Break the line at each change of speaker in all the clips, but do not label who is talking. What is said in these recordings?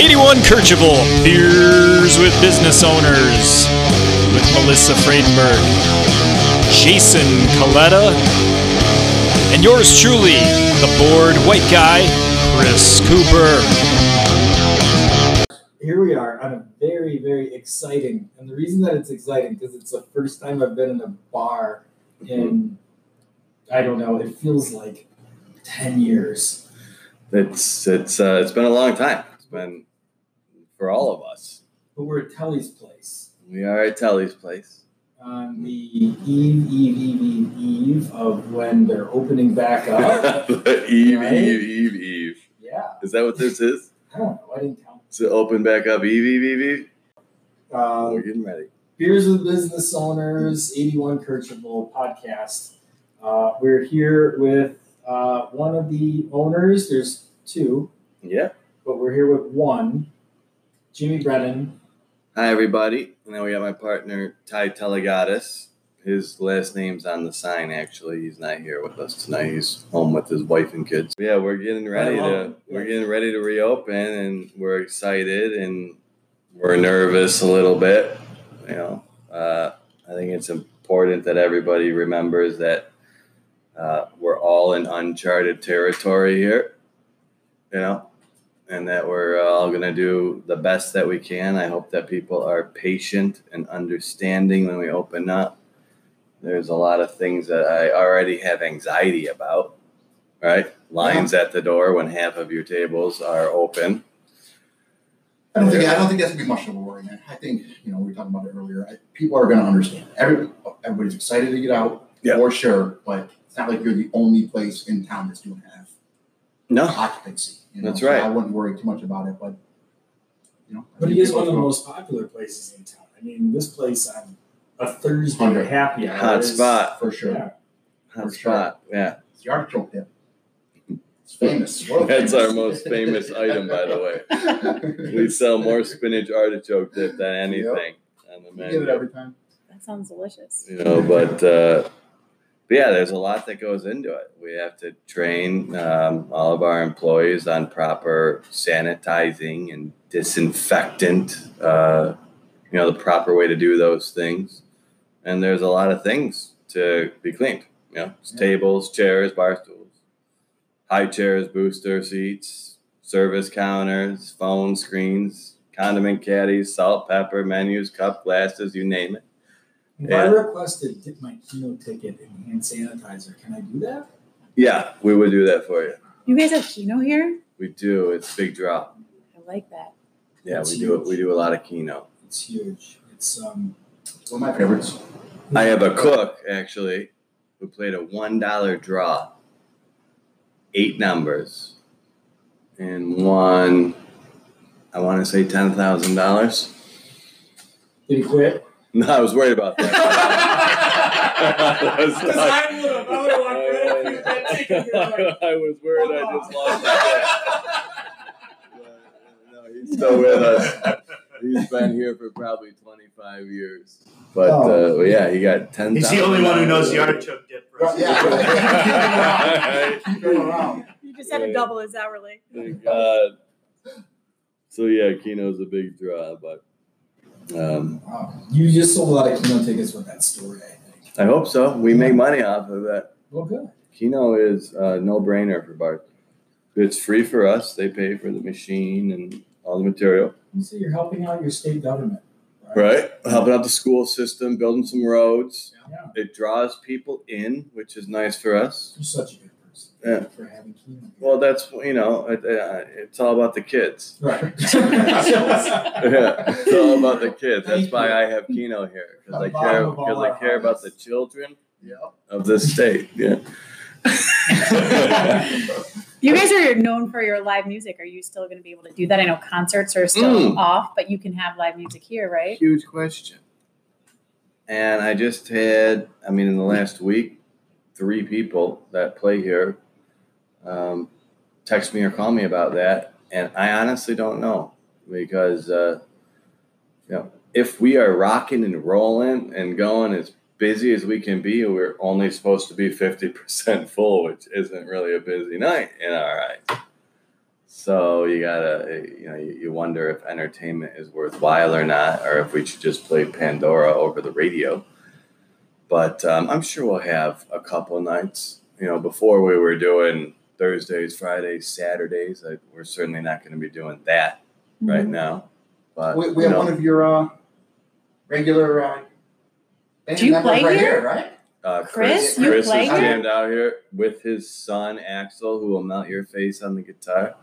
81 Kercheval, Beers with Business Owners, with Melissa Freidenberg, Jason Coletta, and yours truly, the bored white guy, Chris Cooper.
here we are on a very very exciting and the reason that it's exciting because it's the first time i've been in a bar in i don't know it feels like 10 years
It's it's uh, it's been a long time. It's been for all of us.
but we're at telly's place
We are at Telly's place.
on the eve eve eve eve eve of when they're opening back up
The Eve,
Right?
Eve, Eve, Eve.
yeah
Is that what this is?
i don't know i didn't count
To open back up, Eve, Eve, Eve, Eve.
um,
We're getting ready.
Beers with Business Owners, 81 Kirchhoff podcast. Uh, we're here with uh, one of the owners. There's two,
Yeah.
but we're here with one, Jimmy Brennan.
Hi everybody. And then we got my partner Ty Telegatis. His last name's on the sign. Actually, he's not here with us tonight. He's home with his wife and kids. Yeah, we're getting ready
love
to
it.
we're getting ready to reopen, and we're excited and we're nervous a little bit. You know, uh, I think it's important that everybody remembers that uh, we're all in uncharted territory here. You know, and that we're all going to do the best that we can. I hope that people are patient and understanding when we open up. There's a lot of things that I already have anxiety about, right? Lines at the door when half of your tables are open.
I don't think I don't think that's gonna be much of a worry, man. I think you know we were talking about it earlier. I, people are gonna understand. Every everybody's excited to get out
Yeah.
for sure, but it's not like you're the only place in town that's doing half
No.
occupancy. You know?
Ah. That's
so
right.
I wouldn't worry too much about it, but you know. I
But
think
he is
people
one of the
will-
most popular places in town. I mean, this place on a Thursday
Hundred.
happy hour.
Hot
is-
spot.
for sure.
Yeah.
Hot
For sure.
spot. Yeah.
It's the artichoke dip. It's famous. World
That's
famous.
our most famous item, by the way.
way.
We sell more spinach artichoke dip than anything on the
Get it
menu.
every time.
That sounds delicious.
you know but uh but yeah there's a lot that goes into it we have to train um, all of our employees on proper sanitizing and disinfectant uh you know the proper way to do those things and there's a lot of things to be cleaned you know it's
Yeah.
tables chairs bar stools high chairs booster seats service counters phone screens condiment caddies salt pepper menus cup glasses you name it
If I
Yeah.
requested dip my keno ticket in hand sanitizer, can I do that?
Yeah, we would do that for you.
You guys have Kino here?
We do. It's big draw.
I like that.
Yeah,
That's
we do. We do a lot of keynote.
It's huge. It's um.
It's one of my favorites.
I have a cook actually who played a one dollar draw, eight numbers, and won. I want to say ten thousand dollars.
Did he quit?
No, I was worried about that. I was
Because
like-
I would have. I would have walked right up to you with that ticket. You're like,
I was worried I
"Hold
just
on."
lost my job. No, he's still with uh, us. He's been here for probably 25 years. But uh,
Oh.
well, yeah, he got 10.
He's the only one who knows the artichoke dip
Right,
recipe.
yeah. Keep it around.
You just
had to Yeah.
double his hourly.
Thank God. Uh, So yeah, Kino's a big draw, but um,
Wow. You just sold a lot of Kino tickets with that story, I think.
I hope so. We make money off of it.
Well, good.
Kino is a no-brainer for Bart. It's free for us. They pay for the machine and all the material.
You see, you're helping out your state government, right?
Right. Helping out the school system, building some roads.
Yeah.
It draws people in, which is nice for us.
You're such a good person
Yeah.
for having Kino.
Well, that's, you know, it, uh, it's all about the kids.
right.
Yeah, it's all about the kids. That's why I have Keno here because I care because I care about the children
Yeah.
of this state. Yeah.
You guys are known for your live music. Are you still going to be able to do that? I know concerts are still
Mm.
off, but you can have live music here, right?
Huge question. And I just had, I mean, in the last week, three people that play here um, text me or call me about that, and I honestly don't know because uh, you know if we are rocking and rolling and going as busy as we can be, we're only supposed to be fifty percent full, which isn't really a busy night in our eyes. So you gotta, eh, you know, you, you wonder if entertainment is worthwhile or not, or if we should just play Pandora over the radio. But um, I'm sure we'll have a couple nights. You know, before we were doing Thursdays, Fridays, Saturdays. Like, we're certainly not going to be doing that
Mm-hmm.
right now. But
We, we
you
have
know,
one of your uh, regular. Uh, band
Do you
members
play
right
here?
right?
Uh,
Chris,
Chris,
you
Chris
play
is
here?
jammed out here with his son Axel, who will melt your face on the guitar.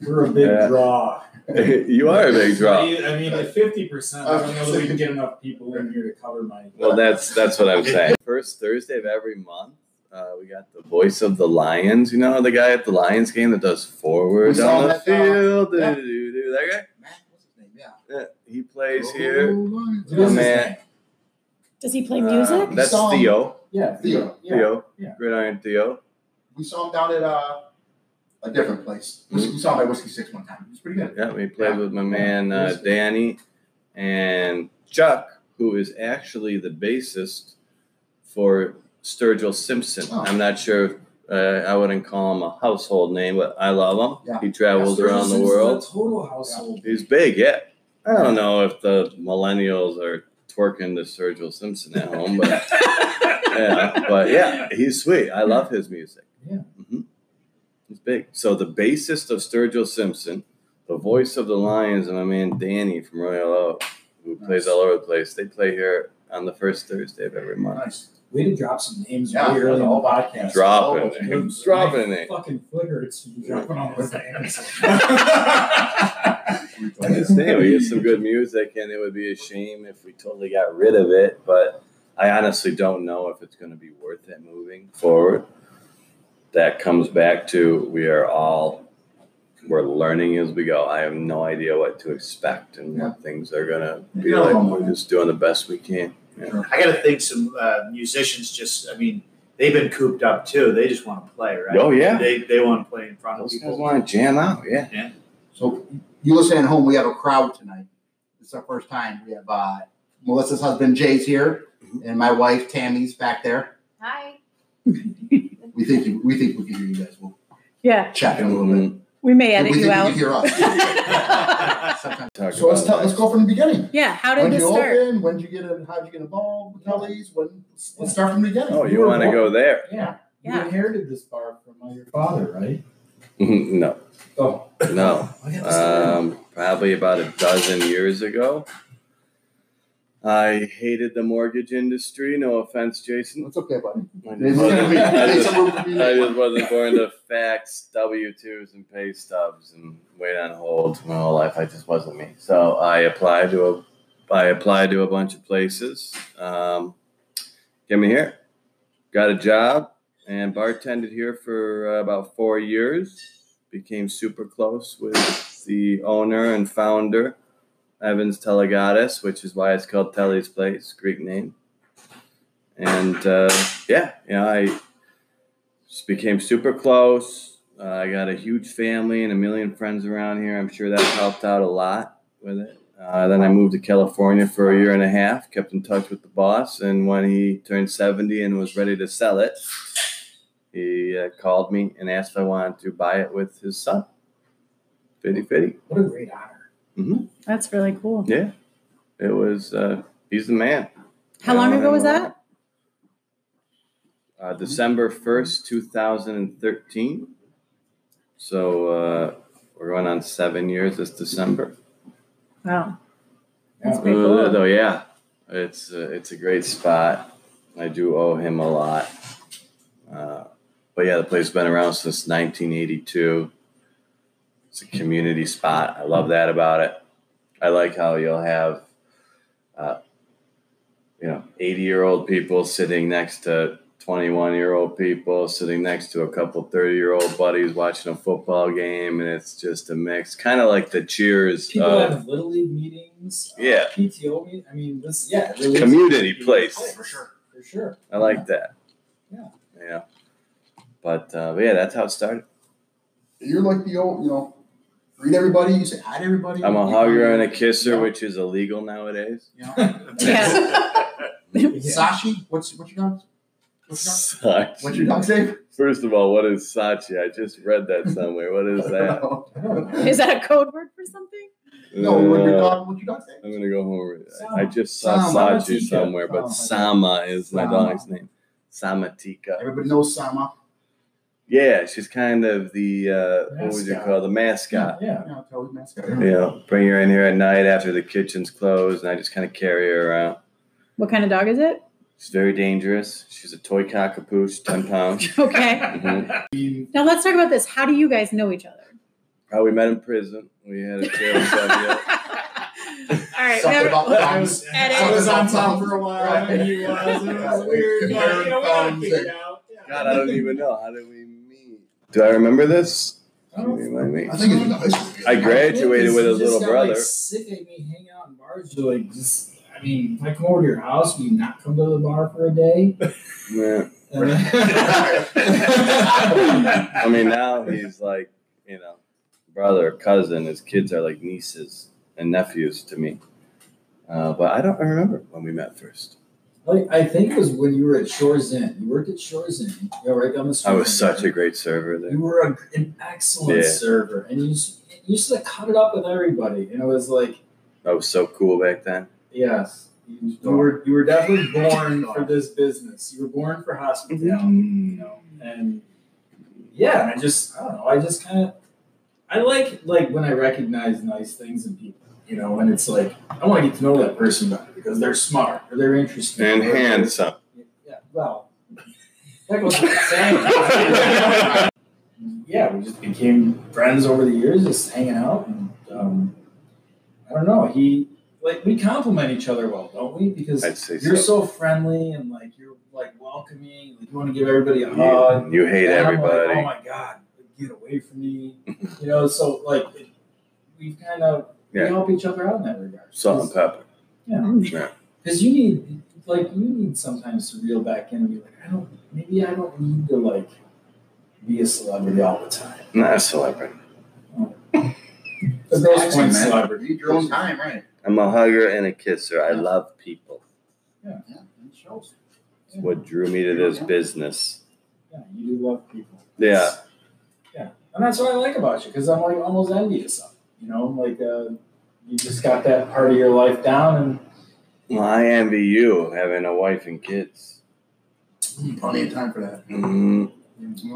We're a big
Yeah.
draw.
you are a big draw.
I, I mean, at fifty percent, I don't know that we can get enough people in here to cover my.
Well, that's that's what I'm saying. First Thursday of every month, uh, we got the voice of the Lions. You know the guy at the Lions game that does
We
forward
saw
on the
that, uh,
field.
yeah.
Do-do-do-do. That guy,
Matt, what's his name? Yeah.
Yeah, he plays here.
What is his
man.
name?
Does he play
Uh,
music?
that's
Song.
Theo.
Yeah,
Theo.
Yeah.
Theo.
yeah.
Gridiron Theo.
We saw him down at uh, a different place. We,
Hmm.
we saw him at Whiskey Six one time. It was pretty good.
Yeah, we played
Yeah.
with my man
Yeah.
uh, Danny and Chuck, who is actually the bassist for Sturgill Simpson.
Oh.
I'm not sure if uh, I wouldn't call him a household name, but I love him.
Yeah.
He travels
Sturgill
around the
Simpson's
world.
a Total household.
He's big, yeah. I don't know if the millennials are twerking to Sturgill Simpson at home, but yeah, but yeah, he's sweet. I love his music.
Yeah.
hmm He's big. So the bassist of Sturgill Simpson, the voice of the Lions, and my man Danny from Royal Oak, who plays
Nice.
all over the place. They play here on the first Thursday of every month.
Nice.
Way to drop some names
Yeah,
really early
that's
in
all
the
about
podcast.
Drop
Dropping
Oh,
it.
My
Dropping it.
Fucking foot hurts from dropping all those names.
I understand we get some good music, and it would be a shame if we totally got rid of it. But I honestly don't know if it's going to be worth it moving forward. That comes back to we are all we're learning as we go. I have no idea what to expect and what things are going to be
Yeah.
like. We're just doing the best we can.
I got to think some uh, musicians just, I mean, they've been cooped up too. They just want to play, right?
Oh, yeah.
They, they want to play in front of
Those guys
people.
want to jam out, yeah.
So you listen at home. We have a crowd tonight. It's our first time. We have uh, Melissa's husband Jay's here,
Mm-hmm.
and my wife Tammy's back there.
Hi.
We think you, we think we can hear you guys. We'll
Yeah,
check in a little
Mm-hmm.
bit.
we may
we
edit
think you
you
can
out.
hear us. Sometimes.
Talk
So let's
about
tell, let's go from the beginning.
yeah, how
When
did this
you
start?
open? When did you get in? How did you get involved with all these? When let's start from the beginning.
Oh, you want to go there?
yeah. You
Yeah.
inherited this bar from uh, your father, right?
no,
Oh,
no.
I got this already.
um, probably about a dozen years ago. I hated the mortgage industry. No offense, Jason.
It's okay, buddy.
I
It's
just
gonna be-
wasn't, I
it's
just-
gonna be-
I just wasn't born to fax W twos and pay stubs and wait on hold my whole life. I just wasn't me. So I applied to a, I applied to a bunch of places. Um, came in here, got a job, and bartended here for uh, about four years. Became super close with the owner and founder, Evans Telegatis, which is why it's called Telly's Place, Greek name. And uh, yeah, you know, I just became super close. Uh, I got a huge family and a million friends around here. I'm sure that helped out a lot with it. Uh, then I moved to California for a year and a half, kept in touch with the boss. And when he turned 70 and was ready to sell it, he uh, called me and asked if I wanted to buy it with his son. Fitty fitty.
what a great honor.
That's really cool.
Yeah. It was, uh, he's the man.
How long ago was that?
Uh, December 1st, 2013. So uh, we're going on seven years this December.
Wow.
That's
pretty
Uh,
cool.
Though, yeah, it's, uh, it's a great spot. I do owe him a lot. Uh, but yeah, the place has been around since 1982. It's a community spot. I love that about it. I like how you'll have, uh, you know, 80 year old people sitting next to 21 year old people, sitting next to a couple 30 year old buddies watching a football game. And it's just a mix, kind of like the cheers uh,
People
of
have little league meetings. uh,
Yeah.
PTO meet. I mean, this. Yeah. it really is a
community
community
place.
For sure. For sure.
I like that.
Yeah.
Yeah. But, uh, but yeah, that's how it started.
You're like the old, you know, greet everybody. You say hi to everybody.
I'm a
You
hugger and
know,
a kisser,
Yeah.
which is illegal nowadays.
You know,
Oh. Yeah.
Yeah.
Sashi, what's what you got? What's
Sachi.
your dog say?
First of all, what is Sachi? I just read that somewhere. What is that?
Is that a code word for something?
No, what your
Uh,
dog? What your dog say?
I'm gonna go home. with- I I just saw
Sama.
Sachi
Samatika.
somewhere, but Sama is my
Sama.
dog's name. Samatika.
Everybody knows Sama.
Yeah, she's kind of the uh, what would you
Mascot.
call it? the mascot.
Yeah.
Yeah, totally mascot.
You know, bring her in here at night after the kitchen's closed, and I just kind of carry her around.
What kind of dog is it?
She's very dangerous. She's a toy cockapoo. She's ten pounds.
Okay.
Mhm.
Now let's talk about this. How do you guys know each other?
Oh, we met in prison. We had a jail
All
cell.
right.
Something
never-
about
well,
thumbs.
edit.
I was on top for a while, and he was. It
Yeah.
was weird. But, you know, we got it
Thumbs
figured
and-
out. Yeah.
God, I don't even know. How did we meet? Do I remember this?
I
Can you
don't
Remind me.
I think it's in high school.
I
I
agree. graduated
think
with
you
his
just
little
got,
brother.
Like, sick at me hanging out in bars. You're like, just, I mean, if I come over to your house, will you not come to the bar for a day?
Yeah.
And then-
I mean, now he's like, you know, brother, cousin. His kids are like nieces and nephews to me. Uh, but I don't remember when we met first.
like, I think it was when you were at Shores Inn. You worked at Shores Inn. You know, right down the street.
I was
from
such
there.
a great server there.
You were a, an excellent
Yeah.
server, and you, s- you used to cut it up with everybody. And it was like,
I was so cool back then.
yes, you, you were you were definitely born for this business. You were born for hospitality.
Mm.
you know, and yeah, and I just I don't know, I just kind of I like like when I recognize nice things in people, you know, and it's like I want to get to know that person better because they're smart or they're interesting
And
or they're-
handsome.
Yeah, well, that goes without saying. yeah, we just became friends over the years, just hanging out, and um, I don't know. He like we compliment each other well, don't we? Because
I'd say
you're
so.
so friendly and like you're like welcoming. Like you want to give everybody a hug.
You, you hate
And I'm like,
everybody.
oh my god, get away from me! you know, so like it, we kind of we
Yeah.
help each other out in that regard.
Salt and pepper.
Because you need like you need sometimes to reel back in and be like, I don't maybe I don't need to like be a celebrity all the time.
Not a celebrity.
At those point, celebrity.
Eat your own time, right?
I'm a hugger and a kisser. I love people.
Yeah,
Yeah, it shows.
It's what
Mm-hmm.
drew me to this business.
yeah, you do love people.
Yeah.
Yeah, and that's what I like about you because I'm like almost envious of you. You know, like uh, you just got that part of your life down and.
Well, I envy you having a wife and kids.
Plenty of time for that.
hmm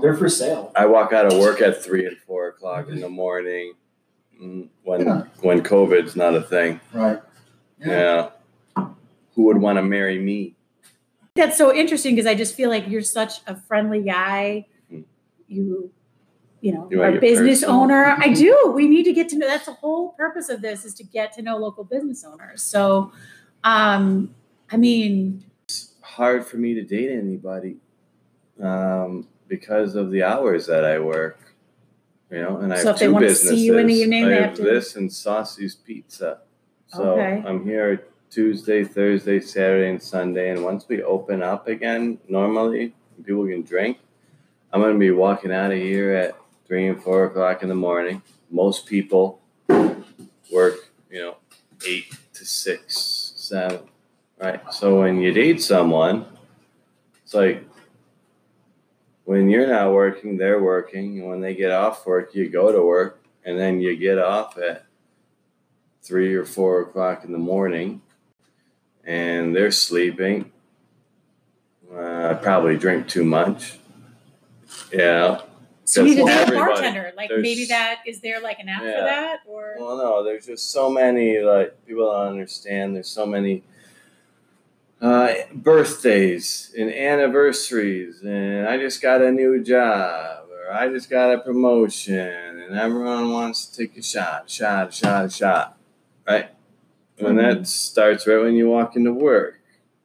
They're for sale.
I walk out of work at three and four o'clock in the morning mm, when
Yeah.
when COVID's not a thing.
Right.
Yeah. Who would want to marry me?
That's so interesting because I just feel like you're such a friendly guy.
Mhm.
You, you know,
You
are
want
a
your
business
personal-
owner. I do. We need to get to know. That's the whole purpose of this is to get to know local business owners. So, um, I mean,
Hard for me to date anybody um, because of the hours that I work. You know, and I
So
have
if they
two
want to see you in the
businesses.
evening,
I
they
have,
have to-
this and Saucy's Pizza. So
Okay.
I'm here Tuesday, Thursday, Saturday, and Sunday. And once we open up again, normally people can drink. I'm going to be walking out of here at three and four o'clock in the morning. Most people work, you know, eight to six, seven, right? So when you date someone, it's like when you're not working, they're working, and when they get off work, you go to work, and then you get off at three or four o'clock in the morning, and they're sleeping. Uh, I probably drink too much. Yeah.
so you need to
That's
be a
everybody.
bartender. Like
There's-
maybe that is there like an app
Yeah.
for that or
Well, no, there's just so many like people don't understand. There's so many uh, birthdays and anniversaries, and I just got a new job, or I just got a promotion, and everyone wants to take a shot, shot, shot, shot, right? And that starts right when you walk into work.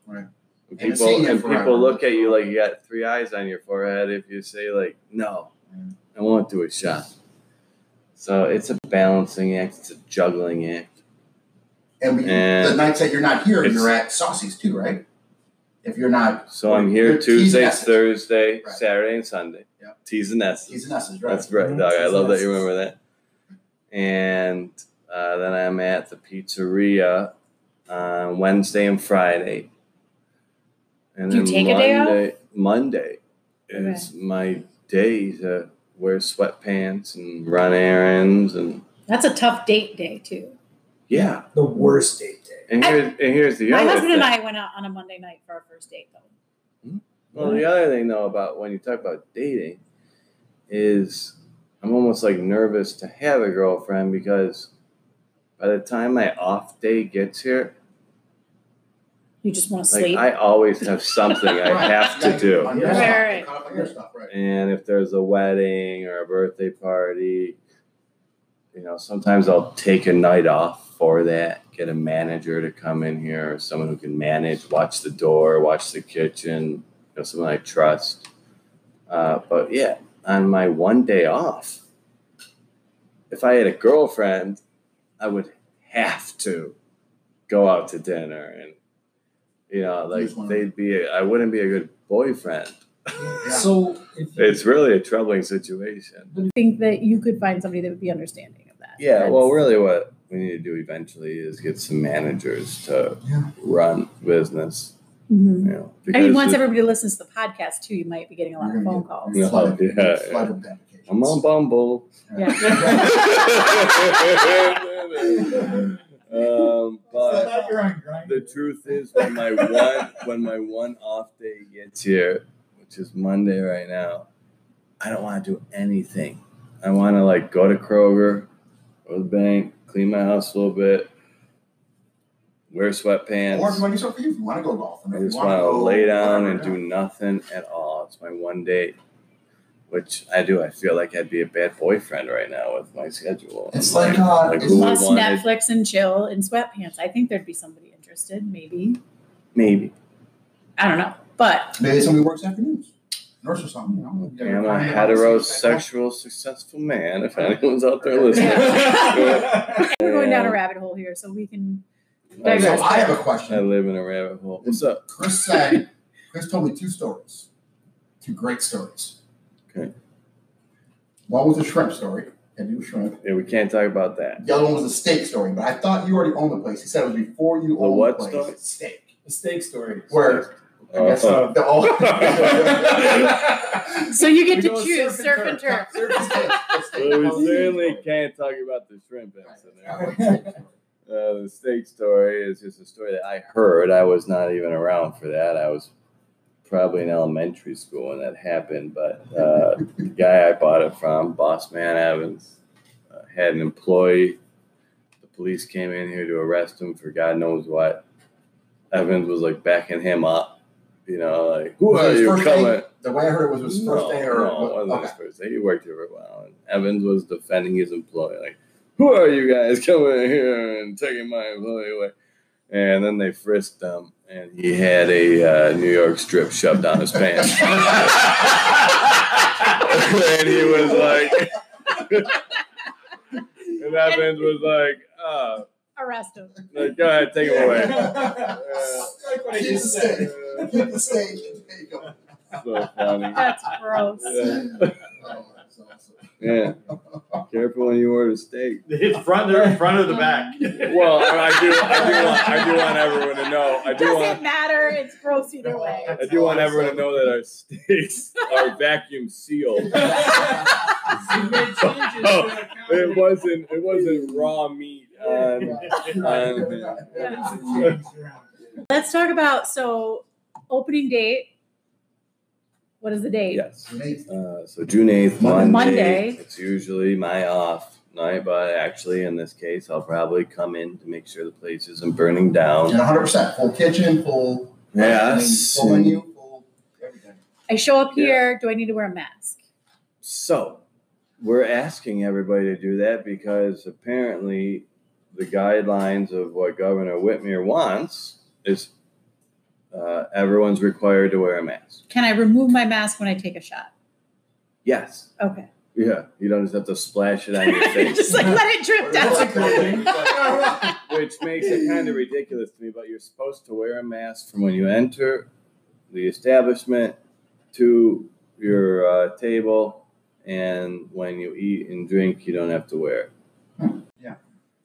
Right.
And
And it's in
people
you
and
forever.
people look at you like you got three eyes on your forehead if you say like, "No, I won't do a shot." So it's a balancing act. It's a juggling act.
And we,
And
the nights that you're not here,
it's-
you're at Saucy's too, right? If you're not,
So I'm
You're
here
teasing
Tuesday,
essence.
Thursday,
Right.
Saturday, and Sunday.
Yeah.
Teas and essence.
he's an S's, right?
That's right,
Mhm.
dog. I love that you
Yes.
remember that. And uh, then I'm uh, at the pizzeria on Wednesday and Friday. And
Do you
then
take a
Monday,
day off?
Monday is my day to wear sweatpants and run errands and
That's a tough date day too.
yeah.
The worst date day.
And
I-
here's and here's the
My
other
husband
thing.
and I went out on a Monday night for our first date though.
Well, the other thing though about when you talk about dating is I'm almost like nervous to have a girlfriend because by the time my off day gets here,
You just want to
like
sleep.
I always have something I have to do.
On your
Yeah.
stuff,
Right, right.
caught up on your stuff, right.
And if there's a wedding or a birthday party, you know, sometimes I'll take a night off for that, get a manager to come in here or someone who can manage, watch the door, watch the kitchen, you know, someone I trust. Uh, but yeah, on my one day off, if I had a girlfriend, I would have to go out to dinner and, you know, like
Just wanna-
they'd be, I wouldn't be a good boyfriend.
Yeah.
So if you-
It's really a troubling situation.
think that you could find somebody that would be understanding of that.
Yeah, well,
That's-
really, what we need to do eventually is get some managers to
Yeah.
run business. You
Mhm.
know,
I mean,
because
once
it-
everybody listens to the podcast too, you might be getting a lot
You're
of
gonna
phone
get-
calls.
Yeah,
Flooded-
Oh, yeah,
flooded with applications.
I'm on Bumble. um,
I
but
thought you were on grind.
the truth is, when my one when my one off day gets here, which is Monday right now, I don't want to do anything. I want to like go to Kroger, go to the bank, clean my house a little bit, wear sweatpants.
Or if you want to do something, if you want to go golfing,
I
if you
just
want
want to
go
lay down
whatever,
and
yeah.
do nothing at all. It's my one day, which I do. I feel like I'd be a bad boyfriend right now with my schedule.
It's like, uh,
Like,
it's
who
like-
Plus
would want it?
Netflix and chill in sweatpants. I think there'd be somebody interested, maybe.
Maybe.
I don't know. But
maybe somebody works afternoons, nurse or something. You know, You gotta
I'm a
find out how to see if that-
heterosexual, successful man. If anyone's out there listening,
we're going down a
And
rabbit hole here, so we can
I-
rabbit
So
hole.
I have a
I
question.
live in a rabbit hole. What's up?
Chris said, Chris told me two stories, two great stories.
Okay.
One was a shrimp story. Had you shrimp?
Yeah, we can't talk about that.
The other one was a steak story, but I thought you already owned the place. He said it was before you
The
owned
what
the place.
story?
Steak.
The steak story.
Where I
Uh,
guess uh, the all. Surf
so you get
We
to
go
choose surf and turf.
and turf. It's steak.
well, we certainly can't talk about the shrimp incident. Uh, the steak story is just a story that I heard. I was not even around for that. I was probably in elementary school when that happened. But uh, the guy I bought it from, Boss Man Evans, uh, had an employee. The police came in here to arrest him for God knows what. Evans was like backing him up. You know, like, who
Was it
are
his
you
first
coming?
date? The way I heard it was his first day or
no, it wasn't
okay.
his first day. He worked here for a while. And Evans was defending his employee, like, "Who are you guys coming in here and taking my employee away?" And then they frisked him, and he had a uh, New York strip shoved down his pants, and he was like, and Evans was like, "Oh,
Arrest him.
like, go ahead, take him away."
like what I just said.
Keep the steak. Take 'em.
So funny.
That's gross.
Yeah.
Oh, that's awesome.
yeah. Careful when you order steak.
It's front, they're in front of the back.
Well, I do, I do, want, I do want everyone to know. I do want,
Doesn't matter. It's gross either way.
I do want everyone to know that our steaks are vacuum sealed.
You made changes to the
It
comedy.
wasn't, it wasn't raw meat. Um, um,
Yeah.
It's a change around.
Let's talk about so opening date. What is the date?
yes.
Amazing.
Uh, so June eighth, Monday.
Monday.
Monday.
It's usually my off night, but actually in this case, I'll probably come in to make sure the place isn't burning
And
down.
100% full kitchen, full.
Yes.
Full menu, full everything.
I show up
Yeah.
here. Do I need to wear a mask?
So we're asking everybody to do that because apparently the guidelines of what Governor Whitmer wants is uh, everyone's required to wear a mask.
Can I remove my mask when I take a shot?
Yes.
Okay.
Yeah. You don't just have to splash it on your face,
Just like let it drip
That's a
down.
cool thing.
which makes it kind of ridiculous to me. But you're supposed to wear a mask from when you enter the establishment to your uh, table, and when you eat and drink, you don't have to wear it.
Yeah.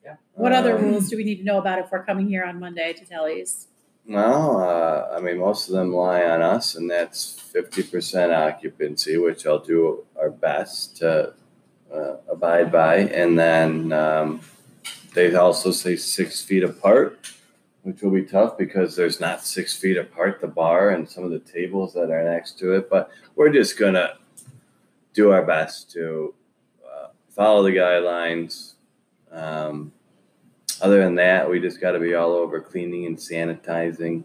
Yeah.
What other
Um,
rules do we need to know about if we're coming here on Monday to Telly's?
No, uh, I mean, most of them lie on us, and that's 50% occupancy, which I'll do our best to uh, abide by. And then um, they also say six feet apart, which will be tough because there's not six feet apart the bar and some of the tables that are next to it. But we're just going to do our best to uh, follow the guidelines. Um, other than that, we just got to be all over cleaning and sanitizing.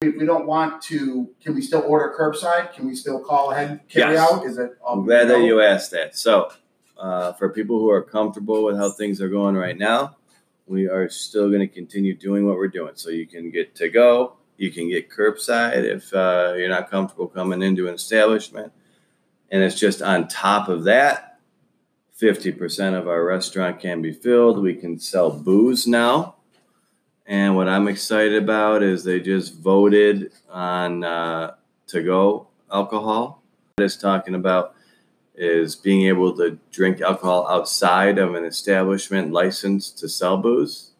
If we don't want to, can we still order curbside? Can we still call ahead, carry
Yes.
out? Is it?
I'm glad that you asked that. So, uh, for people who are comfortable with how things are going right now, we are still going to continue doing what we're doing. So you can get to go, you can get curbside if uh, you're not comfortable coming into an establishment, and it's just on top of that, fifty percent of our restaurant can be filled. We can sell booze now. And what I'm excited about is they just voted on uh, to go alcohol. That is talking about is being able to drink alcohol outside of an establishment licensed to sell booze.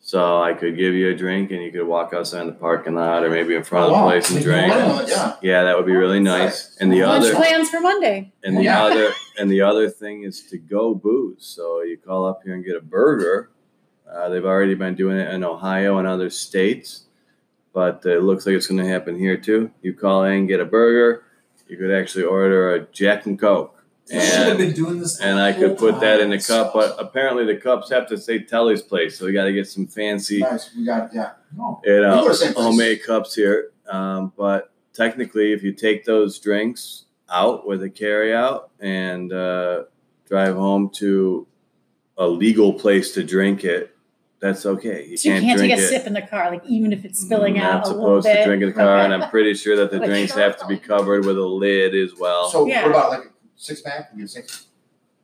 So I could give you a drink and you could walk outside in the parking lot or maybe in front of the place and drink.
Yeah.
Yeah, that would be really nice. And the
Lunch
other
plans for Monday.
and the
Yeah.
other and the other thing is to go booze. So you call up here and get a burger. Uh, they've already been doing it in Ohio and other states, but it looks like it's going to happen here too. You call in, get a burger. You could actually order a Jack and Coke,
You should have
and
been doing this. the
and I could
whole
put that in
time.
the cup. But apparently the cups have to say Telly's Place, so we got to get some fancy
Nice. We got yeah. No.
you
We go
know,
to St. Louis.
uh, homemade cups here. Um, but technically, if you take those drinks out with a carry out and uh, drive home to a legal place to drink it, that's okay. You
So you
can't,
can't take
drink
a
it.
sip in the car, like even if it's spilling
You're not
out a little
supposed to
bit.
drink in the car, and I'm pretty sure that the
Like
drinks have to be covered with a lid as well.
So
Yeah.
what about like a six pack? We have six.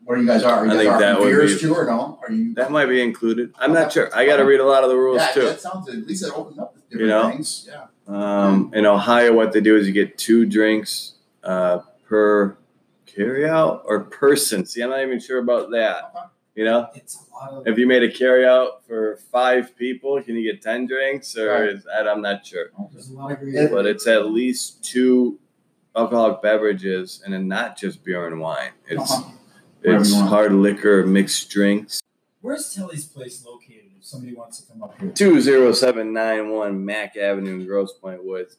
What are you guys are? Are you
I
guys
think
are
that would
beers
be-
too or no? Are you?
that might be included. I'm not sure. I got to read a lot of the rules
yeah,
too.
that sounds at least it opens up different
You know?
things. Yeah. Hmm.
Um, in Ohio, what they do is you get two drinks uh, per carryout or person. See, I'm not even sure about that.
Uh-huh.
You know,
It's a lot of.
if you made a carryout for five people, can you get ten drinks? Or
Right.
is that, I'm not sure.
There's a lot of great.
Yeah.
But it's at least two alcoholic beverages, and then not just beer and wine. It's
Uh-huh. Whatever
it's
you want.
hard liquor, mixed drinks.
Where's Telly's place located? If somebody wants to come up here.
Two zero seven nine one Mac Avenue in Gross Point Woods.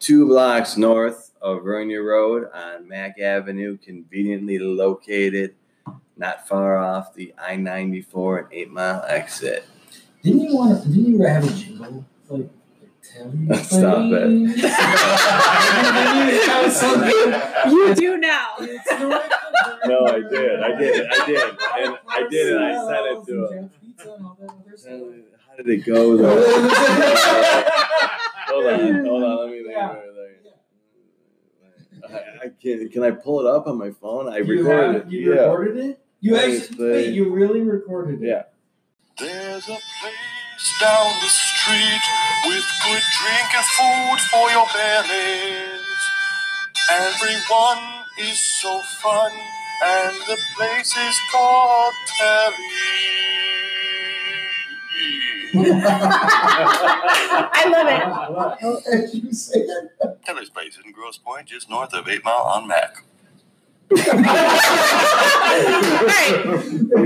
two blocks north of Vernier Road on Mack Avenue, conveniently located not far off the I 94 and 8 Mile exit.
Didn't you want? To, didn't you have a jingle like Telly's?
Stop it.
Place? That was something.
You do now.
No, I did. I did. I did. And I did it. I sent it to him.
him.
How did it go though? hold on. Hold on. Let me think.
Yeah.
Let me think. I, I can, can I pull it up on my phone? I
you
recorded
have-
it.
You
yeah.
recorded it? You
That is
actually, wait,
big.
you really recorded it?
Yeah.
There's a place down the street with good drink and food for your bellies. Everyone is so fun, and the place is called Terry.
I love it.
Wow,
How did you say that?
Terry's place in Grosse Pointe, just north of 8 Mile on Mac.
Alright,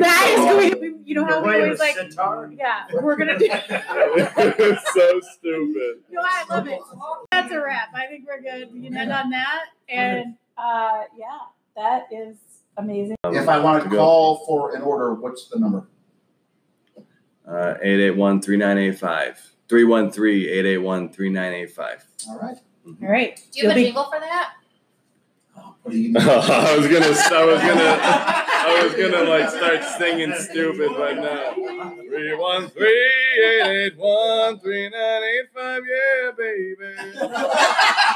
That is going to be, you know how we
Wait,
always like,
sitar?
yeah, we're gonna do.
so stupid.
No, I love it. That's a wrap. I think we're good. We can end on that. And uh, yeah, that is amazing.
If I
to
wanted to
go.
call for an order, what's the number?
Uh, 881 3985. 313 881 3985.
All right.
All right.
Do you have
You'll
a
be-
jingle for that?
Oh, what do you
I was gonna, I was gonna, I
I
was gonna like start singing stupid, but no. Three one three eight eight one three nine eight five, yeah, baby.